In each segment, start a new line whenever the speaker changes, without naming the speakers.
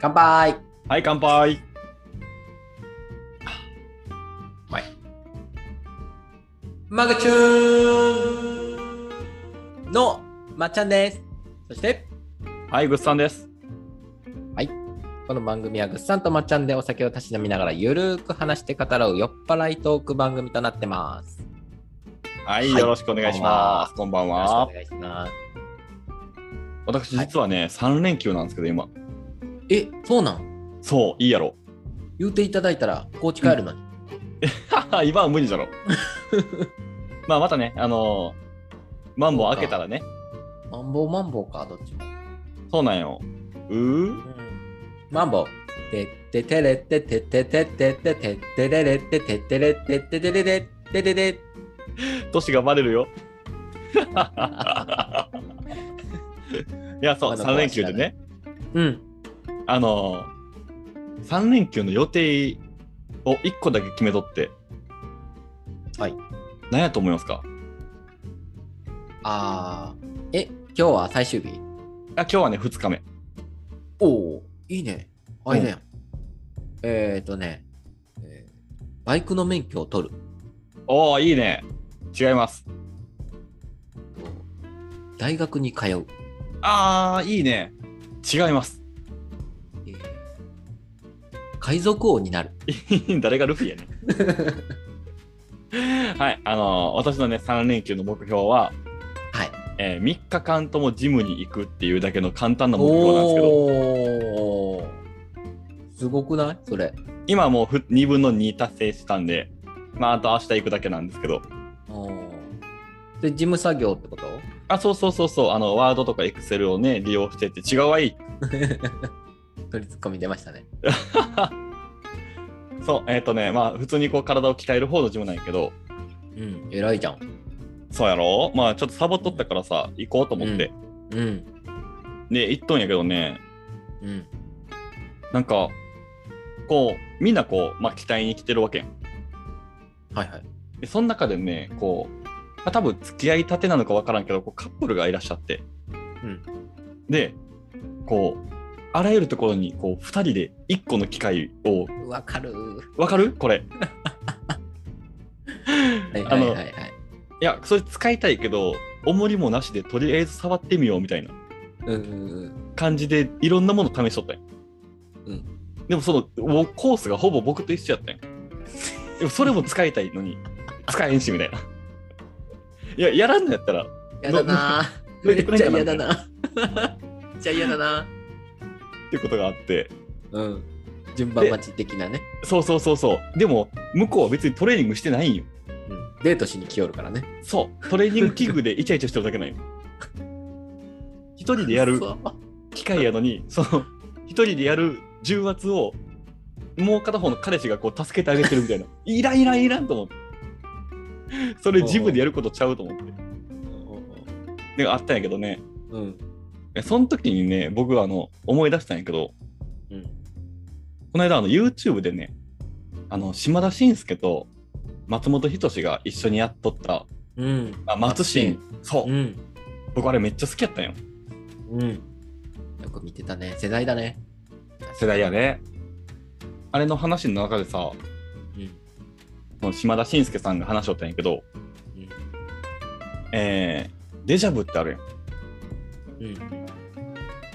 乾杯
はい、乾杯。
マグチューンのまっちゃんです。そして、
はい、グッさんです。
この番組はぐっさんとまっちゃんでお酒をたしなみながらゆるーく話して語らう酔っ払いトーク番組となってます。よ
はい、
はい
よろしくお願いします。こんばん
ろしくお
は。
願いします。
私、実はね、三連休なんですけど、今。
え、そうなん
そう、いいやろ。
言うていただいたら、高知帰るのに。
はは今は無理じゃろ。 まあ、またね、あのー、マンボウ開けたらね、
マンボウマンボウか、どっちも。
そうなんよ。うー
マンボウ。てっててれっててっててってててってれれっててってれってててれれってれれ。
年がバレるよ。いや、そ
ま
う、
だ
三連休でね、
うん。
あのー、三連休の予定を一個だけ決めとって、
はい。
何やと思いますか
あー。え、今日は最終日
あ今日はね、二日目。
おお、いいね。あれだよ。えっ、ー、とね、えーバイクの免許を取る。
おおいいね違います
大学に通う。
あーいいね違います
えー海賊王になる。
誰がルフィやねん はいあのー私のね3連休の目標
は
は、
い。
え3日間ともジムに行くっていうだけの簡単な目標なんですけど
おお。すごくないそれ。
今はもうふ2分の2達成したんでまああと明日行くだけなんですけど
おーで、事務作業ってこと
あそうそうそうそうあのワードとかエクセルをね利用してって違うわいい
取りツッコミ出ましたね。
そうえっ、とねまあ普通にこう体を鍛える方のジムなんやけど
うん、偉いじゃん。
そうやろまあちょっとサボっとったからさ行こうと思って、
うん、
で行っとんやけどね
うん、
なんかこうみんなこう、まあ、期待に来てるわけやん
はいはい。
でその中でねこう、まあ、多分付き合いたてなのかわからんけどこうカップルがいらっしゃって、
うん
でこうあらゆるところにこう2人で1個の機械を
わかる
わかるこれ
はい
あ
はい
の
はいはい
い。やそれ使いたいけど重りもなしでとりあえず触ってみようみたいな
うんうん
感じでいろんなもの試しとったんよ
うん
でもそのもうコースがほぼ僕と一緒やったんよでもそれも使いたい のに使えんしみたいないややらんのやったら
うん。やだ なー。
ど
め
うやって
っ
くれん
ちゃ
かな
嫌だな。めっちゃ嫌だな。
っていうことがあって
うん。順番待ち的なね。
そうそうそうそうでも向こうは別にトレーニングしてないんよ
うん、デートしに来よるからね。
そうトレーニング器具でイチャイチャしてるだ けなんよ一人でやる
そう
機械やのにその一人でやる重圧をもう片方の彼氏がこう助けてあげてるみたいないらんいらんいらんと思ってそれジムでやることちゃうと思ってであったんやけどね
うん。
その時にね僕はあの思い出したんやけど
うん。
この間あの YouTube でねあの島田紳介と松本人志が一緒にやっとった
うん。
あ松
紳。
新そううん僕あれめっちゃ好きやったんよ
うん。よく見てたね。世代だね。
世代やねあれの話の中でさ
うん。
その島田紳介さんが話しとったんやけど
うん。
えーデジャブってあるやん。
うん。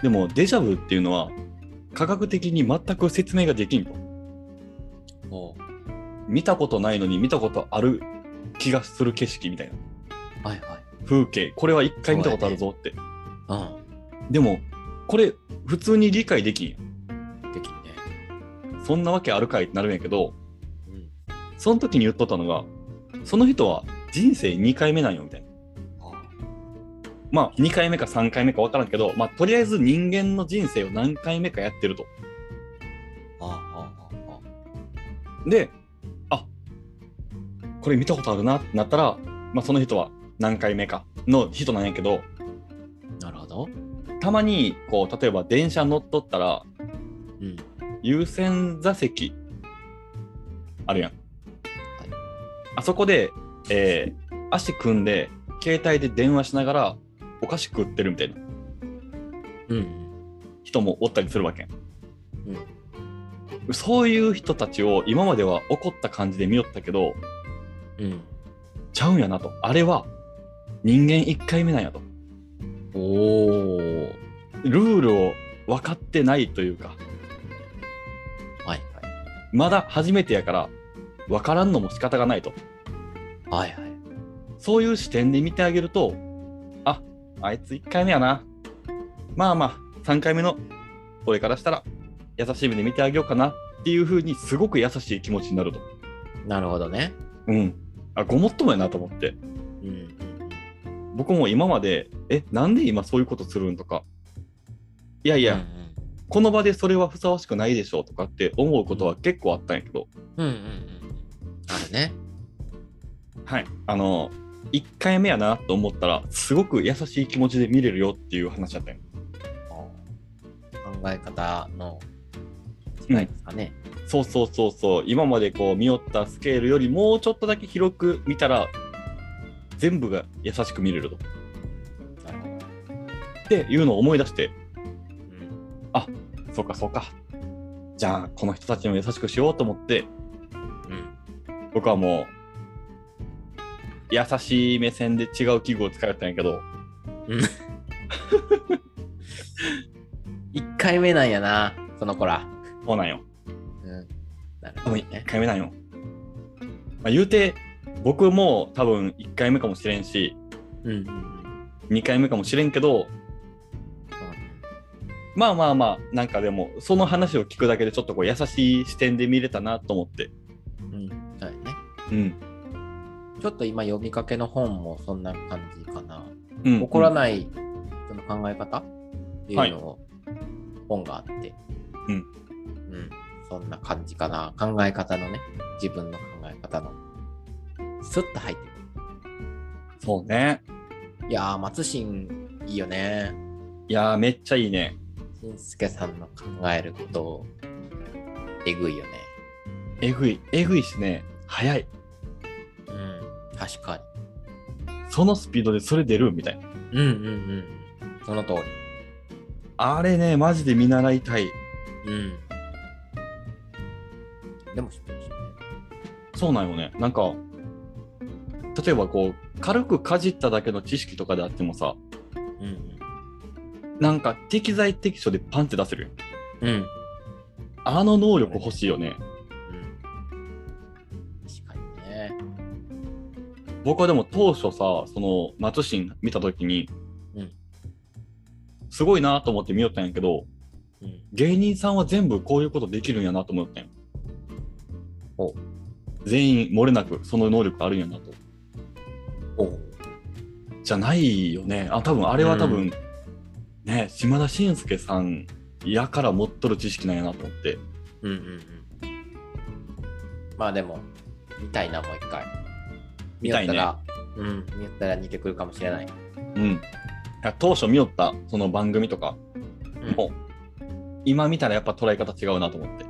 でも、デジャブっていうのは、科学的に全く説明ができんと。
おう
見たことないのに見たことある気がする景色みたいな。
はいはい。
風景。これは一回見たことあるぞって。
う
でも、これ、普通に理解できんや
ん。できんね。
ん。そんなわけあるかいってなるんやけど、
うん。
その時に言っとったのが、その人は人生2回目なんよみたいな。
あ
まあ、2回目か3回目か分からんけど、まあ、とりあえず人間の人生を何回目かやってると。
あ。ああ。あ
で、あこれ見たことあるなってなったら、まあ、その人は何回目かの人なんやけど、
あ。なるほど。
たまにこう例えば電車乗っとったら、
うん。
優先座席あるやん。あそこで、えー足組んで、携帯で電話しながら、お菓子食ってるみたいな
うん。
人もおったりするわけ。そういう人たちを今までは怒った感じで見よったけど、
うん。
ちゃうんやなと。あれは人間1回目なんやと。
おー。
ルールを分かってないというか、
はい
まだ初めてやから分からんのも仕方がないと。
はい。はいはい。
そういう視点で見てあげると、あ、あいつ1回目やな。まあまあ、3回目の俺からしたら優しい目で見てあげようかなっていう風にすごく優しい気持ちになると。
なるほどね。
うん。あ、ごもっともやなと思って。
うん。
僕も今まで、え、なんで今そういうことするんとか。いやい
い
や、。この場でそれはふさわしくないでしょうとかって思うことは結構あったんやけど、
うんうんうん。あるね。
はい。あの、1回目やなと思ったら、すごく優しい気持ちで見れるよっていう話だったんや。
考え方の違いですかね。
そうそうそうそう今までこう見よったスケールよりもうちょっとだけ広く見たら全部が優しく見れるとっ
なるほど。
ていうのを思い出して
うん
そうかそうかじゃあこの人たちにも優しくしようと思って
うん。
僕はもう優しい目線で違う器具を使ったんやけど
1回目なんやな、その子ら。
そうなんよ
うん。なる
多
ほど
分1
ね。
回目なんよ、まあ、言うて僕も多分1回目かもしれんし
うんうんうん。
2回目かもしれんけど
そうね
まあまあまあ、なんかでも、その話を聞くだけで、ちょっとこう優しい視点で見れたなと思って。
うん。そうやね。
うん。
ちょっと今読みかけの本もそんな感じかな。
うん、
怒ら
い。
ないその考え方っていうのを本があって、
うん
うんそんな感じかな考え方のね自分の考え方のスッと入ってく
そうね。
るいやー松新いいよね
いやー、めっちゃいいね。
新助さんの考えることえぐいよね
えぐい。えぐいしね。早い。
うん確か
そのスピードでそれ出るみたいな。
にうんうんうんその通
あれね、マジで見習いたい。
りうんでも失敗し
そうなんよね。なんか、例えばこう、軽くかじっただけの知識とかであってもさ、
ないうん
なんか適材適所でパンって出せるよ。
うんうん
あの能力欲しいよね。
うん確かにね。
僕はでも当初さその松新見た時に、
うん
すごいなと思って見よったんやけど
うん。
芸人さんは全部こういうことできるんやなと思ったんや
お
全員漏れなくその能力あるんやなと
おう
じゃないよねあ多分あれは多分、
うん
ね島田紳介さんやから持っとる知識なんやなと思って
うんうんうん。まあでも、見たいな、もう一回。
見たいね
見よったら、うん、見よったら似てくるかもしれない。
うんいや当初見よったその番組とか
うん
もう今見たらやっぱ捉え方違うなと思って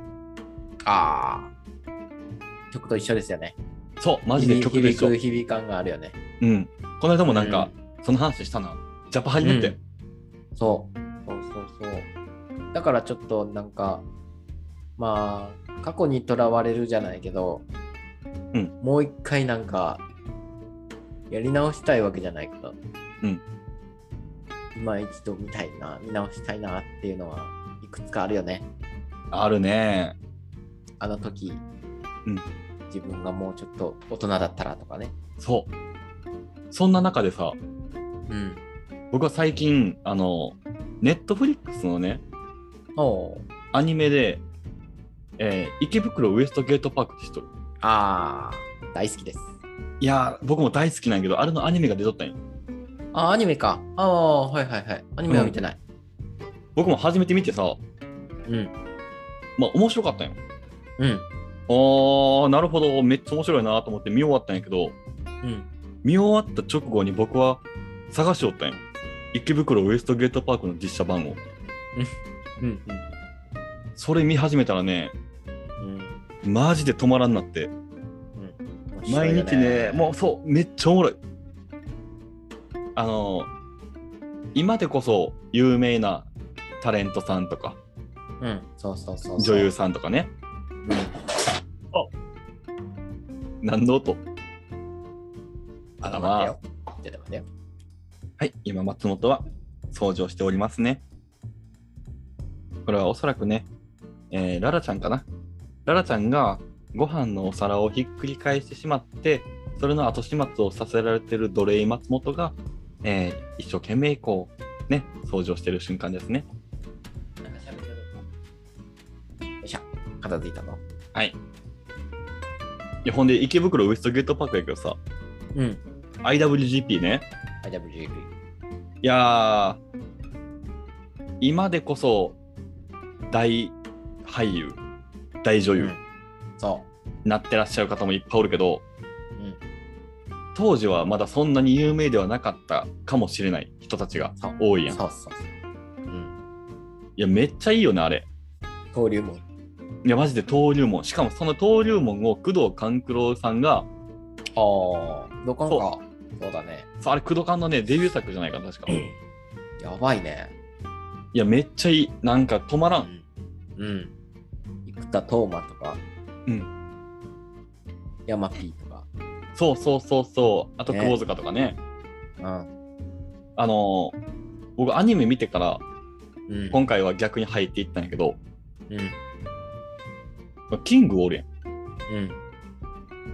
ああ。曲と一緒ですよね。
そうマジで曲でしょ
響く響感があるよね。
うん。この間もなんか、その話したな。ジャパ始めて。
そう。そうそうそう。だからちょっとなんか、まあ、過去にとらわれるじゃないけど、
うん
もう一回なんか、やり直したいわけじゃないけど、
うん
今一度見たいな、見直したいなっていうのは、いくつかあるよね。
あるね。
あの時、
うん
自分がもうちょっと大人だったらとかね。
そう。そんな中でさ、
うん。
僕は最近、あの、ネットフリックスのね、
おう
アニメで、えー池袋ウエストゲートパークって知っとる。
ああ、大好きです。
いやー、僕も大好きなんやけど、あれのアニメが出とったんよ。
あ、アニメか。ああ、はいはいはい。アニメは見てない。
僕も初めて見てさ、
うん。
まあ面白かったんよ。
うん。
あー、なるほど、めっちゃ面白いなと思って見終わったんやけど、
うん。
見終わった直後に僕は探しおったんよ。池袋ウエストゲートパークの実写版を。
うん。
それ見始めたらね、
うん。
マジで止まらんなって。
うん。
毎日ね、もうそう、めっちゃおもろい。あの、今でこそ有名なタレントさんとか、
う。うん、そうそうそうそう。
女優さんとかね。何の音
あら
まあ
まよ。ちょっと待ってよ。
はい、今松本は掃除をしておりますね。これはおそらくね、えーララちゃんかな。ララちゃんがご飯のお皿をひっくり返してしまって、それの後始末をさせられてる奴隷松本が、えー一生懸命こう、ね、掃除をしてる瞬間ですね。
なんか喋ってるよいしょ、片付いたの。
はい。いや、ほんで池袋ウエストゲートパークやけどさ、
うん。
IWGP ね。
IWGP。
いやー、今でこそ大俳優、大女優
うんそ
なってらっしゃる方もいっぱいおるけど、
う。うん。
当時はまだそんなに有名ではなかったかもしれない人たちが
そう
多いやん。い
そうそうそう。うん。
や、めっちゃいいよね、あれ。
登竜門。
いや、マジで登竜門。しかもその登竜門を工藤官九郎さんが、
ああ、どこか。そうだね。
そうあれ、工藤官のね、デビュー作じゃないかな、確か。い
やばいね。
や、めっちゃいい。なんか止まらん。
うん。うん。生田斗真とか。
うん。
山 P とか。
そうそうそうそう。あと、
ね
窪塚とかね。
うん。
あのー僕、アニメ見てから、
うん。
今回は逆に入っていったんやけど、
うん。
キングおるやん。
うん。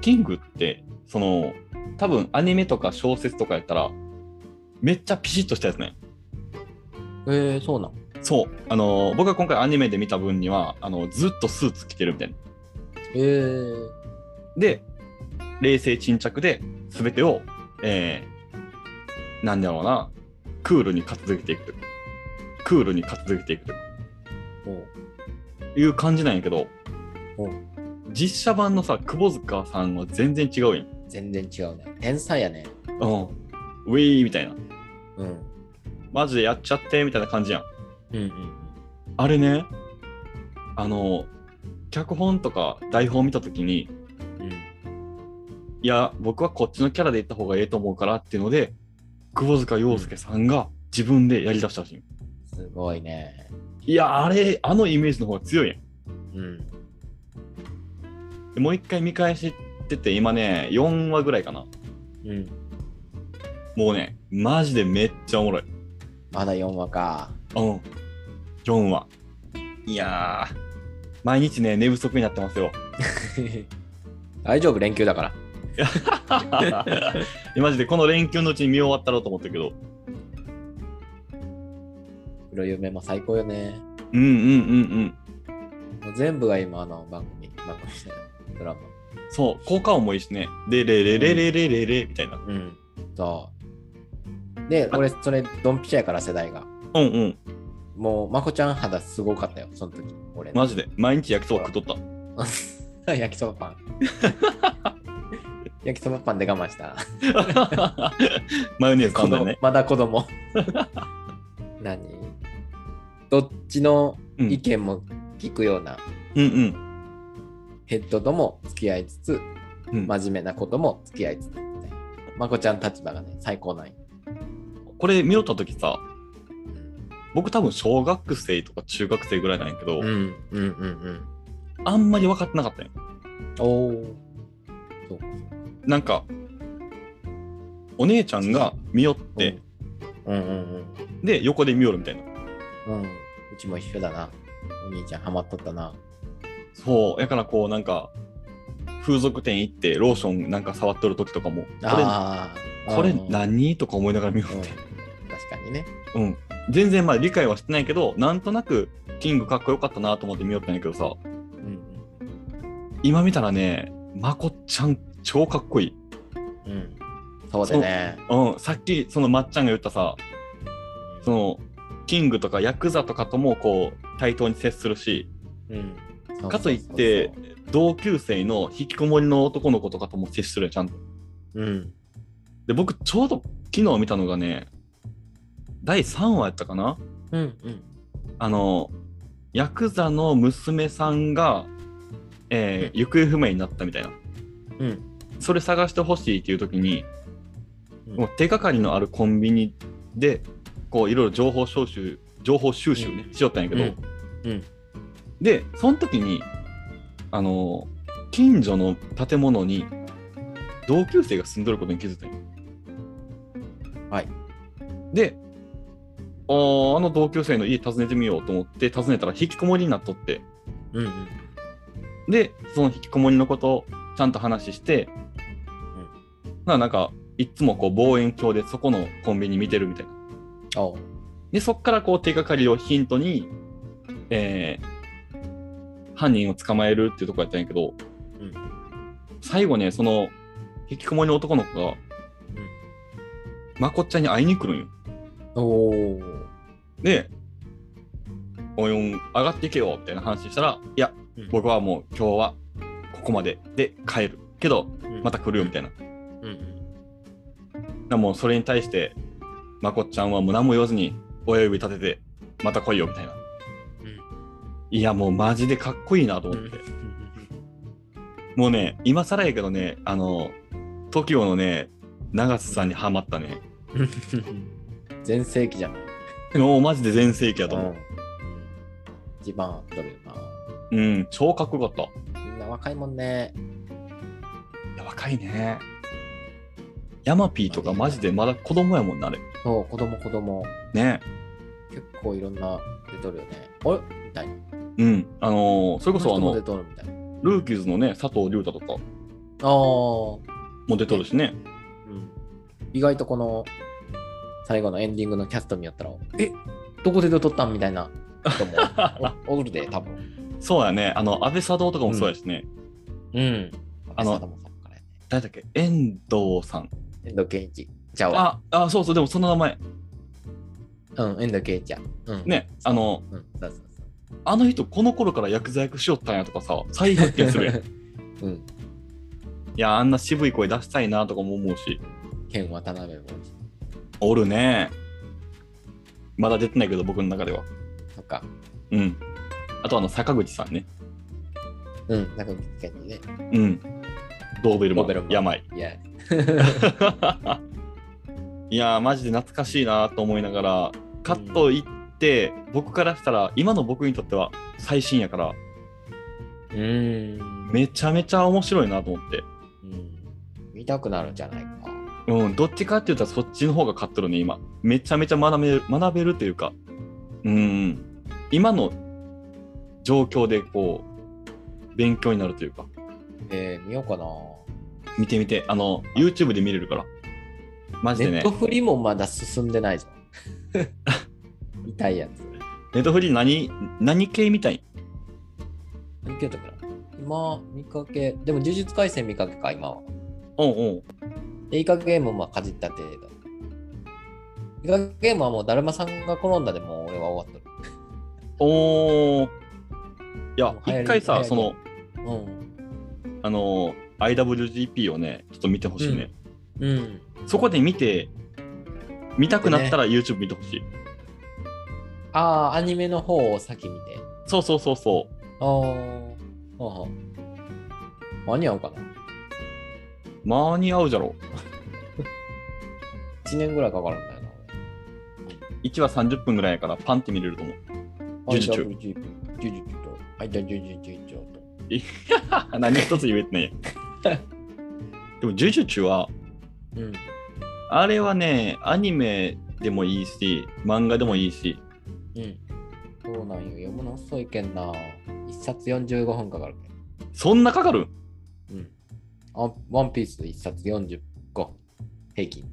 キングって、その、多分アニメとか小説とかやったら、めっちゃピシッとしたやつね。
えー、そうなの
そう。あのー僕が今回アニメで見た分には、あのずっとスーツ着てるみたいな。
えー、
で、冷静沈着で、全てを、えー、なんだろうな、クールに片付けていくというかクールに片付けていくというか
おう
いう感じなんやけど
お、
実写版のさ、窪塚さんは全然違うやん。
全然違うね。天才やね。
うん。ウィーみたいな。
うん。
マジでやっちゃってみたいな感じやん。
うんうん
あれね、あの、脚本とか台本見たときに、
うん。うん。
いや、僕はこっちのキャラで行った方がええと思うからっていうので、窪塚洋介さんが自分でやりだしたらしい。
すごいね。
いや、あれ、あのイメージの方が強いやん。
うん。
でもう一回見返してて、今ね、4話ぐらいかな。
うん。
もうね、マジでめっちゃおもろい。
まだ4話か。
うん。4話。いやー、毎日ね、寝不足になってますよ。
大丈夫、連休だから。
いやマジでこの連休のうちに見終わったろうと思ったけど。
黒夢も最高よね。
うんうんうん
もう全部が今、あの、番組、番組してる。ドラマ。
うん。そう、効果音もいいしね。でれれれれれれれみたいな。
うん。そう。で、俺、それ、ドンピシャやから、世代が。
うんうん。
もう、まこちゃん肌すごかったよ、その時。俺。
マジで。毎日焼きそば食っとっ た。
焼きそばパン。 焼きそばパンで我慢した。
マヨネーズ噛んだよね。
まだ子 供。何どっちの
うん
意見も聞くような
うん
ヘッドとも付き合いつつ、
うん。うん
真面目なことも付き合いつつみたいな。まこちゃん立場がね、最高なんよ
これ見よった時さ、僕多分小学生とか中学生ぐらいなんやけど、
うんうんうん
あんまり分かってなかったよ。
うん。おお。そうか
なんか、お姉ちゃんが見よって、、
うん、うんうん
で、横で見よるみたいな。
うんうん。うちも一緒だな。お兄ちゃんハマっとったな。
そう、やからこうなんか、風俗店行ってローションなんか触っとる時とかも、こ
ああ
れ、これ
うん
何とか思いながら見よっ
う
て
ん、確かにね。
うん。全然まあ理解はしてないけど、なんとなくキングかっこよかったなと思って見よったんやけどさ、
うん
今見たらね、まこちゃん超かっこいい。
うん。うん。そうだね。
うん、さっきそのまっちゃんが言ったさ、その、キングとかヤクザとかともこう対等に接するし、
うん。そう
かといって
そうそう
同級生の引きこもりの男の子とかとも接するやんちゃんと。
そううん。
で、僕ちょうど昨日見たのがね、第3話やったかな
うんうん。
あの、ヤクザの娘さんが、えー行方不明になったみたいな。
うん。
それ探してほしいっていう時に、
うん
もう手がかりのあるコンビニで、こういろいろ情報収集、情報収集ね、しよったんやけど、
うんうん
でその時にあの近所の建物に同級生が住んどることに気づいたんよ
はい
であーあの同級生の家訪ねてみようと思って訪ねたら引きこもりになっとって
うんうん。
でその引きこもりのことをちゃんと話して、ななんかいっつもこう望遠鏡でそこのコンビニ見てるみたいな
おう
でそこからこう手がかりをヒントに、えー犯人を捕まえるっていうとこやったんやけど、
うん
最後ねその引きこもりの男の子が、まこっちゃんに会いに来るんよ
おー
で「おいおい上がっていけよ」みたいな話したら「いや
うん
僕はもう今日はここまでで帰るけどまた来るよ」みたいな。
うんうん。
でもうそれに対して、まこっちゃんはもう何も言わずに、親指立てて、また来いよみたいな。
うん
いや、もうマジでかっこいいなと思って。もうね、今更やけどね、あの、TOKIO のね、長瀬さんにハマったね。
全盛期じゃん。
もうマジで全盛期やと
う
思
ん。一番合っとるよ
う。うん、超かっこよかっ
な。みんな若いもんね。
た。いや、若いね。ヤマピーとかマジでまだ子供やもんな、あれ。
そう、子供子供。
ね。
結構いろんな出とるよね。おいみたいな。
うん。あのそれこそ
こ
あ
の人も出
の、
とるみたいな。
ルーキーズのね、佐藤龍太とか
あー
も出とるしね。
うん意外とこの最後のエンディングのキャスト見よったら、えどこで撮ったんみたい な人もおおるで、多分。
そうやね。あの、安倍佐藤とかもそうやしね。
うん。
あの
安倍貞子さんからやね
誰だっけ遠藤さん。
遠藤健一。ちゃうわ。
あ、あ、そうそう、でもその名前。
うん、遠藤健一や。うん。。
ね、あの、
うん、そうそうそう。
あの人、この頃から薬剤役しよったんやとかさ、再発見す るやん。い
うん。
や、あんな渋い声出したいなとかも思うし。
ケン渡辺も。
おるね。まだ出てないけど、僕の中では。
そっか。
うん。あと、あの、坂口さんね。
うん、なんか健一ね。
うん。ドーベルマン。
ドーベルマン
病。
いや。
いやー、マジで懐かしいなと思いながら、カットいって、僕からしたら、今の僕にとっては最新やから、
うーん。
めちゃめちゃ面白いなと思って。
うん見たくなるんじゃないか。
うん、どっちかって言ったらそっちの方が勝っとるね、今。めちゃめちゃ学べる、学べるというか、うん、今の状況でこう、勉強になるというか、
えー、見ようかな。
見てみて、あの、YouTube で見れるから。マジで
ネ
ね
ット、フリもまだ進んでないじゃん。 痛いやつ。
ネットフリ何、何系みたい
何系だったかな今、見かけ、でも呪術廻戦見かけか、今は。
うんうん。
で、イカゲームもかじった程度。イカゲームはもう、だるまさんが転んだでもう俺は終わっ
おー。いや
も、う流行り
一回
流行
さ、
り
その、
とる。うん。
あの、IWGP をね、ちょっと見てほしいね。
うん。
そこで見て、見たくなったら YouTube 見てほしい。
ああ、アニメの方を先見て。
そうそうそうそ
あ
う。
ーあ。はあ。間に合うかな
間に合うじゃろ
?1 年ぐらいかかるんだよな。
1話30分ぐらいやからパンって見れると 思う
俺
呪術中
IWGP 呪術と、あいた呪術長と。
何一つ言えてないやでも「呪術は
うん。
あれはねアニメでもいいし漫画でもいいし
うん。そうなんよ。読むの遅いけんな。一冊45分かかる
そんなかかるん
けん。うん。あワンピース一冊45分。平均。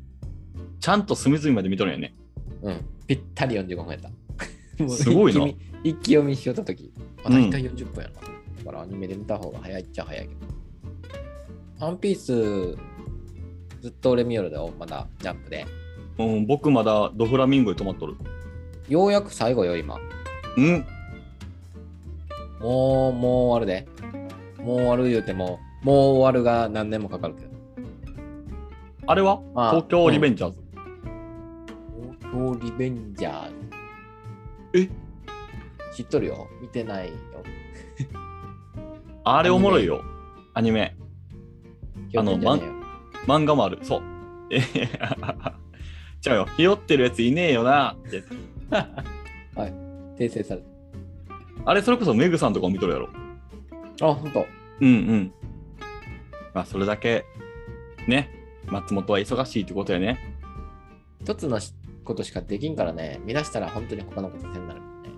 ちゃんと隅々まで見とるんやね
うん。ぴったり45分やった。 もう
すごい
一気
な
見一気読みしよったとき。あ、
う
大
ん
体40分やな。だからアニメで見た方が早いっちゃ早いけど。ワンピース、ずっと俺見よるだよ。まだジャンプで。
うん僕まだドフラミンゴで止まっとる
ようやく最後よ、今。
うん
もう、もう終わるで。もう終わる言うても、もう終わるが何年もかかるけど。
あれは
あ
東京リベンジャーズ、
東京リベンジャーズ。え知っとるよ見てないよ。
あれおもろいよアニメあの
ひよこちゃんじゃね
漫画もあるそうえ違うよひよってるやついねえよなって
えよ訂正された。
あれ、それこそメグさんとかも見とるやろ。
あ、ほんと。
うんうん。まあ、それだけ、ね、松本は忙しいってことやね。
一つのしことしかできんからね、見出したら本当に他のことせんなるもんね。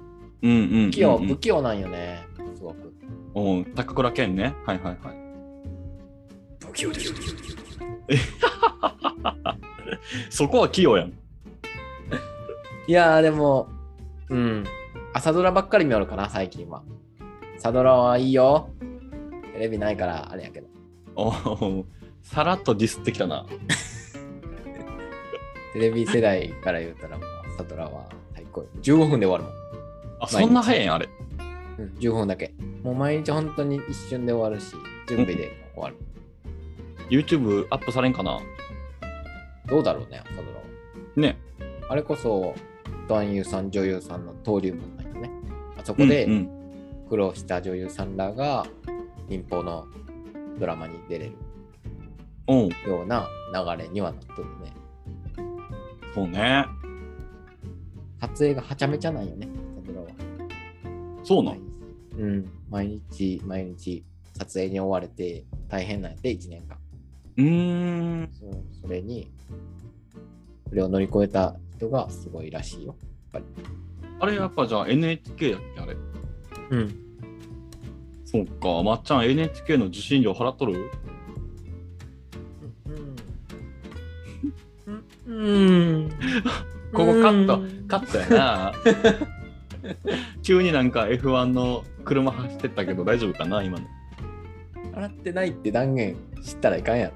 うんうんうん、う
不
ん。
器用、不器用なんよね、すごく。
うん、高倉健ね。はいはいはい。
不器用です。
そこは器用やん。
いやー、でも、うん。朝ドラばっかり見よるかな、最近は。朝ドラはいいよ。テレビないから、あれやけど。
おーさらっとディスってきたな。
テレビ世代から言うたら、もう朝ドラは最高よ。15分で終わるもん。
あ、そんな早いんあれ。
うん、15分だけ。もう毎日本当に一瞬で終わるし、準備で終わる。
YouTube アップされんかな
どうだろうね、朝ドラは。
ね。
あれこそ、男優さん、女優さんの登竜門なんよね。あそこで
うんうん
苦労した女優さんらが、民放のドラマに出れる
うん、
ような流れにはなっとるね。
そうね。
撮影がはちゃめちゃなんよね、朝ドラは。
そうなん。
うん、毎日毎日撮影に追われて大変なんやって1年間
うーん。
そそれにそれを乗り越えた人がすごいらしいよ
あれやっぱじゃあ NHK やっけあれ。
うん
そうか。まっちゃん NHK の受信料払っとる
うんうん
ここカット勝った よな。急になんか F1 の車走ってったけど大丈夫かな今の。
洗ってないって断言したらいかんや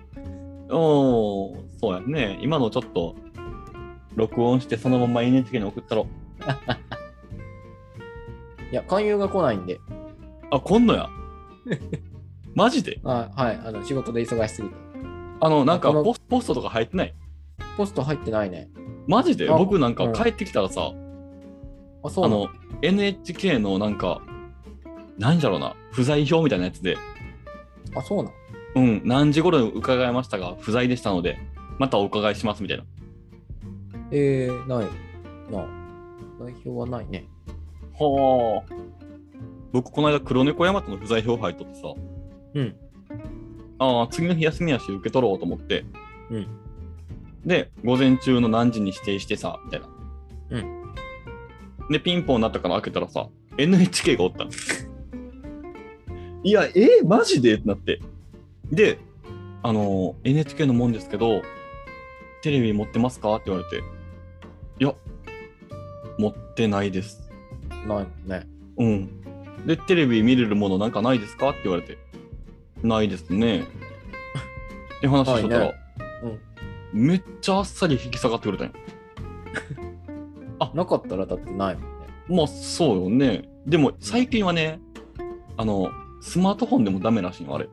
ろ
おお、そうやね。今のちょっと、録音してそのまま NHK に送ったろ。
いや勧誘が来ないんで
あ、こん のや。マジで
あはいあの仕事で忙しすぎて
あの、なんか
この
ポスポストとか入ってない。
ポスト入ってないね
マジで
あ
僕なんか
うん
帰ってきたらさ、
あそう
あ
なの
の、NHK のなんか、なんじゃろうな、不在表みたいなやつで、
あそうなの
うん、何時頃に伺いましたが、不在でしたので、またお伺いしますみたいな。
えー、ないな代表はないね
はあ。僕、この間、黒猫大和の不在表入っとってさ、
うん
ああ、次の日休みやし、受け取ろうと思って。
うん
で、午前中の何時に指定してさ、みたいな。。
うん
で、ピンポンになったから開けたらさ、NHK がおったの。 いや、えーマジでってなって。で、あのー NHK のもんですけど、テレビ持ってますかって言われて、いや、持ってないです。
ないね
うん。で、テレビ見れるものなんかないですかって言われて、ないですね。って話しとったら、
はいね
めっちゃあっさり引き下がってくれたんよ。
なかったらだってないもんね
まあ、そうよね。でも、最近はね、あの、スマートフォンでもダメらしいの、あれ。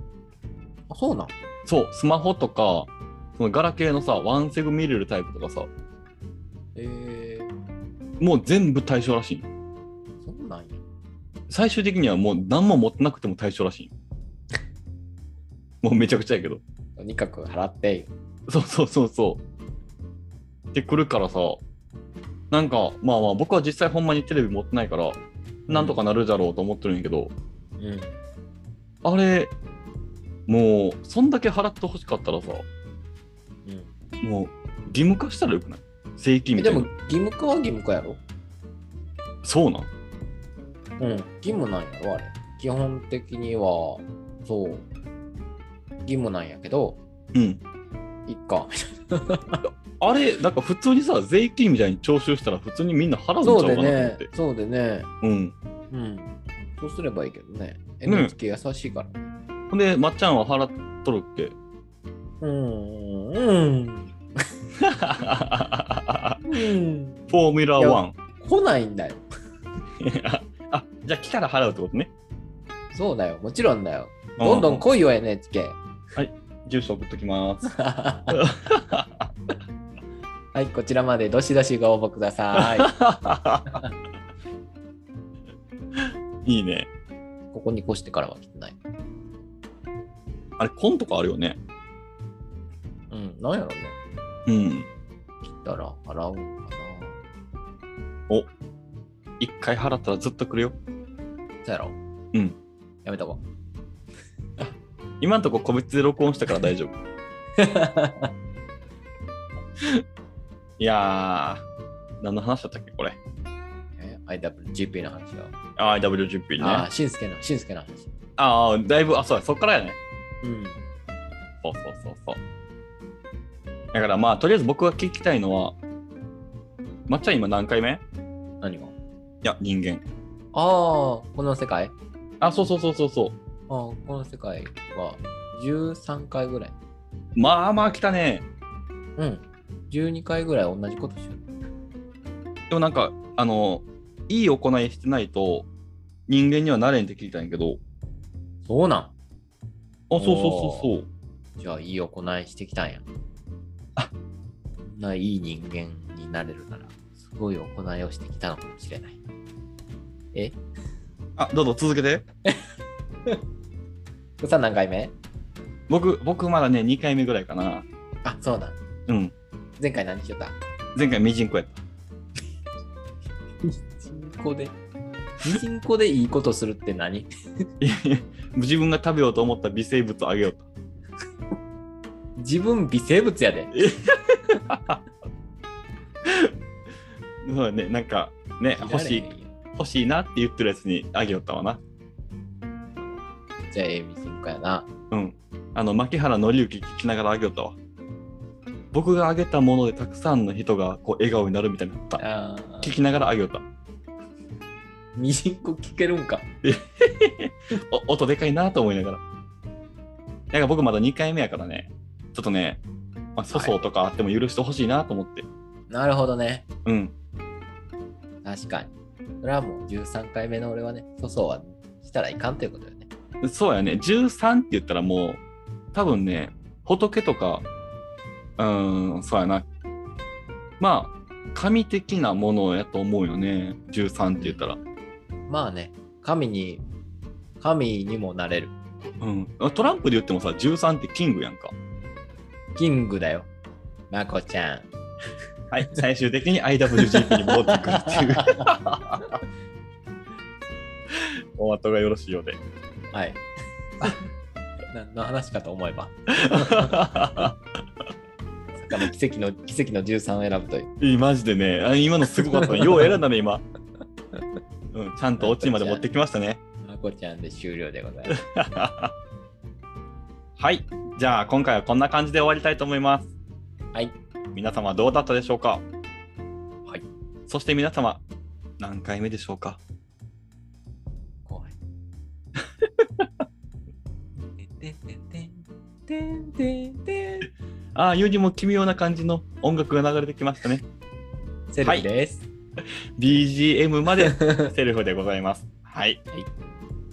あそうなん
そう、スマホとか、そのガラケーのさ、ワンセグ見れるタイプとかさ、
えー、
もう全部対象らしいの。
そうなんや。
最終的にはもう何も持ってなくても対象らしいの。 もうめちゃくちゃやけど。
とにかく払って、
そうそうそうそう。ってくるからさ、なんか、まあまあ、僕は実際ほんまにテレビ持ってないから、なんとかなるじゃろうと思ってるんやけど、
うん、
あれ、もう、そんだけ払ってほしかったらさ、もう、義務化したらよくない正規
え
み
で
たい
も
な。
義務化は義務化やろ、
そうなん
うん、義務なんやろあれ。基本的には、そう。義務なんやけど、
うん。
いっか。
あれ、なんか普通にさ、税金みたいに徴収したら普通にみんな払うんちゃ
そ
う
う
か
で
なと思っ
ね
て。。
そうでね。
うん。
うん。そうすればいいけどね。NHK 優しいから。
ほんで、まっちゃんは払っとるっけ
うん。うん。
フォ
うん。
ーミュラーワン。
来ないんだよ。
あ、じゃあ来たら払うってことね。
そうだよ。もちろんだよ。どんど
うん
来いよ、NHK。
住所送っときます。
はい、こちらまでどしどしご応募ください。
いいね。
ここに越してからは来てない。
あれ、コンとかあるよね。
うん、なんやろね。
うん。
来たら払うんか
一回払ったらずっと来るよ。
な。そうやろ
うん。
やめとこう。
今んとこ個別で録音したから大丈夫。 いやー、何の話だったっけ、これ。
え IWGP の話を。
あー IWGP ね。
ああ、
あ
しんすけの、しんすけの話。
あー、だいぶ、あ、そうや、そっからやね。
うん。
そうそうそうそう。だからまあ、とりあえず僕が聞きたいのは、まっちゃん今何回目い
何が
や、人間。
ああ、この世界
あ、そうそうそうそうそう。
ああ、この世界は13回ぐらい。
まあまあ来たね。
うん。12回ぐらい同じことしてる。
でもなんか、あの、いい行いしてないと、人間にはなれんって聞いたんやけど、
そうなん
あ、そうそうそうそう。
じゃあ、いい行いしてきたんや。
あ
こんないい人間になれるなら、すごい行いをしてきたのかもしれない。え
あ、どうぞ続けて。
さあ何回目
僕、僕まだね、2回目ぐらいかな。
あ、そうなん。
うん。
前回何しよった
前回、ミジンコやった。
ミジンコで。ミジンコでいいことするって何
いやいや自分が食べようと思った微生物をあげようと。
自分微生物やで。
そうだね、なんか、ね、欲しい、欲しいなって言ってるやつにあげよったわな。
じゃあ、ええミジンコやな。
うん。あの、牧原紀之聞きながらあげよったわ。僕があげたものでたくさんの人がこう笑顔になるみたいになった。
あー
聞きながらあげよった。
ミジンコ聞けるんか。
お音でかいなと思いながら。だから僕まだ2回目やからね、ちょっとね、まあ、粗相とかあっても許してほしいなと思って。
なるほどね。
うん。
確かに。それはもう13回目の俺はね、粗相はしたらいかんということよね。
そうやね、13って言ったらもう、多分ね、仏とか、うーん、そうやな。まあ、神的なものやと思うよね、13って言ったら。
まあね、神に、神にもなれる。
うん。トランプで言ってもさ、13ってキングやんか。
キングだよ。まこち ゃん。
はい、最終的に IWGP に戻ってくるっていう。 お後がよろしい ようで。
はい。 何の話かと思えば、まさかの奇跡の奇跡の13を選ぶという。
いいマジでね、あ今のすごかったね。よう選んだね、今。うん、ちゃんとオチまで持ってきましたね。
まこちゃんで終了でございます。
はい、じゃあ今回はこんな感じで終わりたいと思います。
はい。
皆様どうだったでしょうか
はい。
そして皆様、何回目でしょうか
怖い。てんてんてんてんてんてんてん
ああ、世にも奇妙な感じの音楽が流れてきましたね。
セルフです。
BGM までセルフでございます。はい。
はい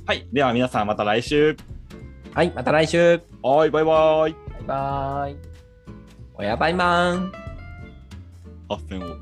はい、では皆さんまた来週。
はい、また来週。
はい、バイバイ。
バイバーイ。おやばいまーん。
あっせんを。